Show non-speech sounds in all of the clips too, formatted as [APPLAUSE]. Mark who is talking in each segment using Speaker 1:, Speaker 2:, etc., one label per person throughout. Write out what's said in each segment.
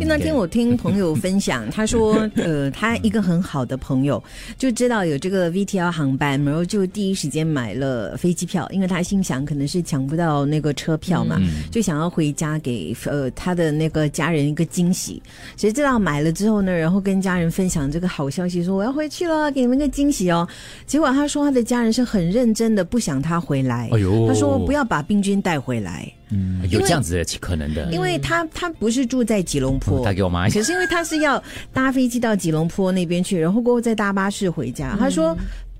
Speaker 1: 那天我听朋友分享，他说，呃，他一个很好的朋友就知道有这个 VTL 航班，然后就第一时间买了飞机票，因为他心想可能是抢不到那个车票嘛，
Speaker 2: 嗯
Speaker 3: 嗯
Speaker 1: 就想要回家给呃他的那个家人一个惊喜。谁知道买了之后呢，然后跟家人分享这个好消息，说我要回去了，给你们个惊喜哦。结果他说他的家人是很认真的，不想他回来，
Speaker 2: 哎呦嗯
Speaker 1: 他说不要把病菌带回来，
Speaker 3: 哎
Speaker 2: 有这样子的可能的。
Speaker 1: 因为他他不是住在吉隆坡，
Speaker 2: 打给我妈，
Speaker 1: 啊可是因为他是要搭飞机到吉隆坡那边去，然后过后再搭巴士回
Speaker 2: 嗯
Speaker 1: 家。他说。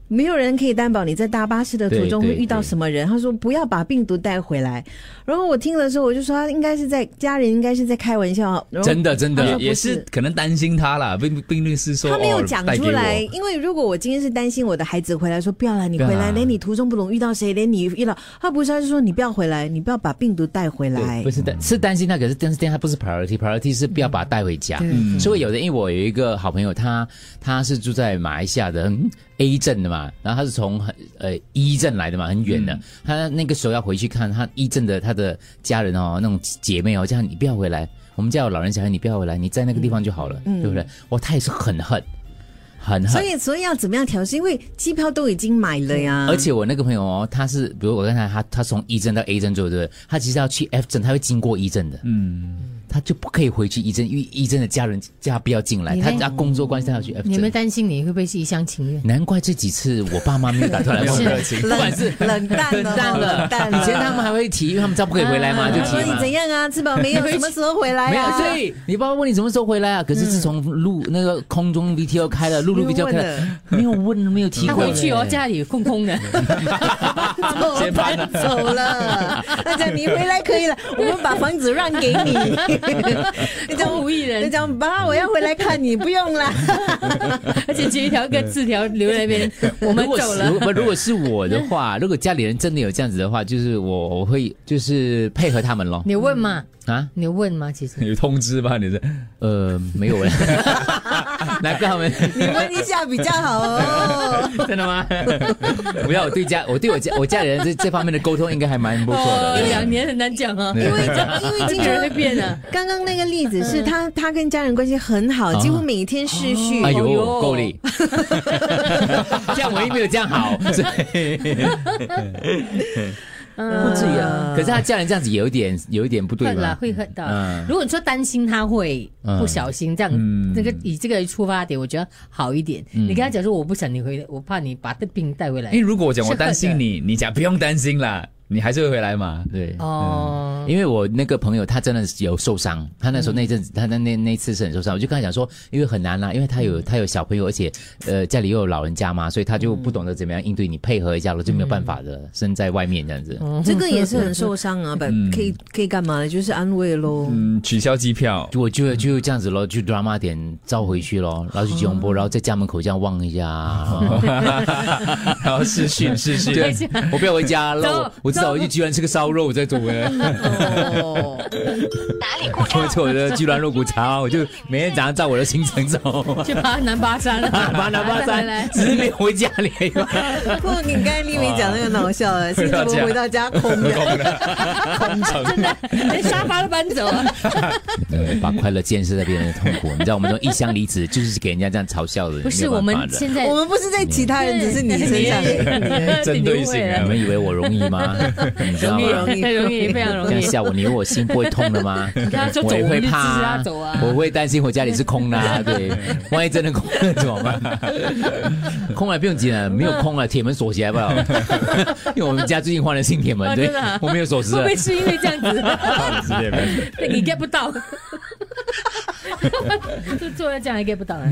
Speaker 1: 没有人可以担保你在搭巴士的途中
Speaker 2: 对
Speaker 1: 会
Speaker 2: 对
Speaker 1: 遇到什么人。他说不要把病毒带回来。然后我听了之后，我就说啊他应该是在家人应该是在开玩笑，然后
Speaker 3: 真的真
Speaker 1: 他说
Speaker 3: 的
Speaker 1: 不
Speaker 3: 也
Speaker 1: 是
Speaker 3: 是可能担心他啦，并并律是说
Speaker 1: 他没有
Speaker 3: 哦
Speaker 1: 讲
Speaker 3: 带给
Speaker 1: 出
Speaker 3: 我
Speaker 1: 来，因为如果我今天是担心我的孩子回来说不要了，你
Speaker 3: 不要
Speaker 1: 回来，
Speaker 3: 啦
Speaker 2: 啊
Speaker 1: 连你途中不懂遇到谁，连你遇到他不是，他就说你不要回来，你不要把病毒带回来
Speaker 2: 不。是担是担心他，可是但是他不是 priority，priority 是不要把他带回家。嗯所以有的，因为我有一个好朋友，他他是住在马来西亚的嗯 A 镇的嘛，然后他是从很呃一镇来的嘛，很远的。他那个时候要回去看他一镇的他的家人哦，那种姐妹哦，叫他你不要回来，我们叫老人小孩你不要回来，你在那个地方就好了，对不对？哇，他也是很恨，很
Speaker 1: 所
Speaker 2: 恨。
Speaker 1: 以，所以要怎么样调试？因为机票都已经买了呀，
Speaker 2: 嗯而且我那个朋友哦，他是比如我刚才他他从一镇到 A 镇，对不对？他其实要去 F 镇，他会经过一镇的，嗯，他就不可以回去一镇，因为一镇的家人叫他不要进来，
Speaker 4: 你
Speaker 2: 他
Speaker 4: 们
Speaker 2: 他工作关系他要去 F
Speaker 4: 呃你们
Speaker 2: 镇。
Speaker 4: 担心你会不会是一厢情愿？
Speaker 2: 难怪这几次我爸妈没有打算来我热情，不
Speaker 1: [LAUGHS] 冷
Speaker 2: 管是
Speaker 1: 冷淡了，
Speaker 2: 淡了
Speaker 1: 冷，淡了。
Speaker 2: 以前他们还会提，因为他们知道不可以回来嘛，就
Speaker 1: 他说
Speaker 2: 提
Speaker 1: 你
Speaker 2: 嘛
Speaker 1: 怎。样啊？吃饱没有？什么时候回来
Speaker 2: 没有，
Speaker 1: 啊？ [LAUGHS]
Speaker 2: 所以你爸爸问你什么时候回来啊？可是自从陆那个空中 VTO 开了，陆路 VTO 开了，没有问，没有提
Speaker 4: 他
Speaker 2: 过。
Speaker 4: 回去哦，家里空 [LAUGHS] 空的，
Speaker 1: 走了，搬走了。他讲你回来可以了，我们把房子让给你。 [LAUGHS] 他讲
Speaker 4: 空无一
Speaker 1: 他
Speaker 4: 人，
Speaker 1: 讲爸，我要回来看你，不用
Speaker 2: [LAUGHS]
Speaker 1: 啦。
Speaker 4: 而且只有一条个字条留在那边，我
Speaker 2: [LAUGHS]
Speaker 4: 们
Speaker 2: 如果
Speaker 4: 走
Speaker 2: 是
Speaker 4: 了嗯
Speaker 2: 如。不，如果是我的话，如果家里人真的有这样子的话，就是我我会就是配合他们咯。
Speaker 4: 你问嘛？
Speaker 2: 啊，
Speaker 4: 你问嘛？其实
Speaker 3: 有通知吧？你是
Speaker 2: 呃，没有嘞， [LAUGHS] 难怪他
Speaker 4: [LAUGHS]
Speaker 2: 们
Speaker 1: 你问一下比较好哦。
Speaker 2: 真的吗？ [LAUGHS] 不要，我对家我对我家我家里人这这方面的沟通应该还蛮不错的。
Speaker 4: 一
Speaker 2: 对
Speaker 4: 哦两年很难讲啊，
Speaker 1: 因为因为听
Speaker 4: 女
Speaker 1: 说
Speaker 4: 人会变的。
Speaker 1: 刚刚那个例子是他，他跟家人关系很好，几乎每天视讯。
Speaker 2: 嗯啊哎
Speaker 4: 哦
Speaker 2: 呦，
Speaker 4: 哟
Speaker 2: 够
Speaker 4: [LAUGHS]
Speaker 2: 力！这样我也没有这样好，所以
Speaker 4: 嗯，不
Speaker 2: 至于啊。可是他家人这样子有一点有一点不对
Speaker 4: 恨啦
Speaker 2: 吧，？
Speaker 4: 会恨到。
Speaker 2: 嗯
Speaker 4: 如果你说担心他会不小心这样，那个以这个出发点，我觉得好一点。你跟他讲说，我不想你回来，我怕你把这病带回来
Speaker 3: 因为。哎如果我讲
Speaker 4: 是
Speaker 3: 我担
Speaker 4: 恨
Speaker 3: 心你，你讲不用担心啦，你还是会回来嘛。
Speaker 2: 对。
Speaker 4: 哦，
Speaker 2: 因为我那个朋友他真的是有受伤，他那时
Speaker 4: 嗯
Speaker 2: 候那阵子、他那那那次是很受伤，我就跟他讲说，因为很难啊啦、因为他有
Speaker 4: 嗯
Speaker 2: 他有小朋友，而且呃家里又有老人家嘛，所以他就不
Speaker 4: 嗯
Speaker 2: 懂得怎么样应对你，配合一下了就没有办法的，身在外面这样子。
Speaker 4: 嗯
Speaker 1: 这个也是很受伤
Speaker 2: [LAUGHS]
Speaker 1: 啊，本
Speaker 2: 嗯
Speaker 1: 可以可以干嘛呢？就是安慰喽。
Speaker 3: 嗯，取消机票，
Speaker 2: 就我就就这样子咯，就 drama 点照回去咯，然后去吉隆
Speaker 4: 嗯
Speaker 2: 坡，然后在家门口这样望一下， [LAUGHS]
Speaker 3: 然后试训试训，
Speaker 2: 对， [LAUGHS] 我不要回家
Speaker 4: 走
Speaker 2: 了，我我至少回去居然吃个烧肉再走回来，
Speaker 4: [LAUGHS]
Speaker 1: 哦，
Speaker 5: 打理故
Speaker 2: 我
Speaker 5: 障，
Speaker 2: 吃我的居然肉骨茶，我就每天早上照我的行程走，
Speaker 4: 去爬南巴山
Speaker 2: [LAUGHS]
Speaker 4: 了，
Speaker 2: 巴拿巴
Speaker 4: 再回
Speaker 2: 山
Speaker 4: 来，
Speaker 2: 只是没有回家里而已嘛。
Speaker 1: [LAUGHS] 不过你刚才丽梅讲那个很好笑 [LAUGHS] 的，星期五回到家空的，
Speaker 4: 连沙发都搬走啊了。
Speaker 2: [LAUGHS] 对，把快乐建设在别人的痛苦。你知道，我们这种异乡离子就是给人家这样嘲笑的，
Speaker 4: 不是
Speaker 2: 没
Speaker 4: 我
Speaker 2: 有办
Speaker 4: 们
Speaker 2: 法的
Speaker 4: 现在
Speaker 1: 我们不是在其他人，只 [LAUGHS] 是你身上。
Speaker 3: [LAUGHS] 针对性
Speaker 2: 你
Speaker 3: 啊
Speaker 2: 们以为我容易
Speaker 4: [LAUGHS]
Speaker 2: 吗？你知道
Speaker 4: 容易 [LAUGHS]
Speaker 2: 吗
Speaker 4: 容？易容易非常
Speaker 2: 这
Speaker 4: 容
Speaker 2: 样
Speaker 4: 易。
Speaker 2: 吓我，你以为我心不会痛的吗？
Speaker 4: 看他啊就走
Speaker 2: 我也会怕
Speaker 4: 我们就支持他走啊
Speaker 2: 我会担心我家里是空的
Speaker 4: [LAUGHS]
Speaker 2: 啊，对，万一真的空了怎么办？空了不用紧了，啊没有空了，铁门锁起来
Speaker 4: [LAUGHS]
Speaker 2: 吧。因为我们家最近换了新铁门，
Speaker 4: 哦
Speaker 2: 对
Speaker 4: 真的啊，
Speaker 2: 我没有锁匙
Speaker 4: 会不
Speaker 2: 了
Speaker 4: 会。是因为这样子？ [LAUGHS]
Speaker 3: 对
Speaker 4: 你 get 不到，就做了这样也 get 不到啊。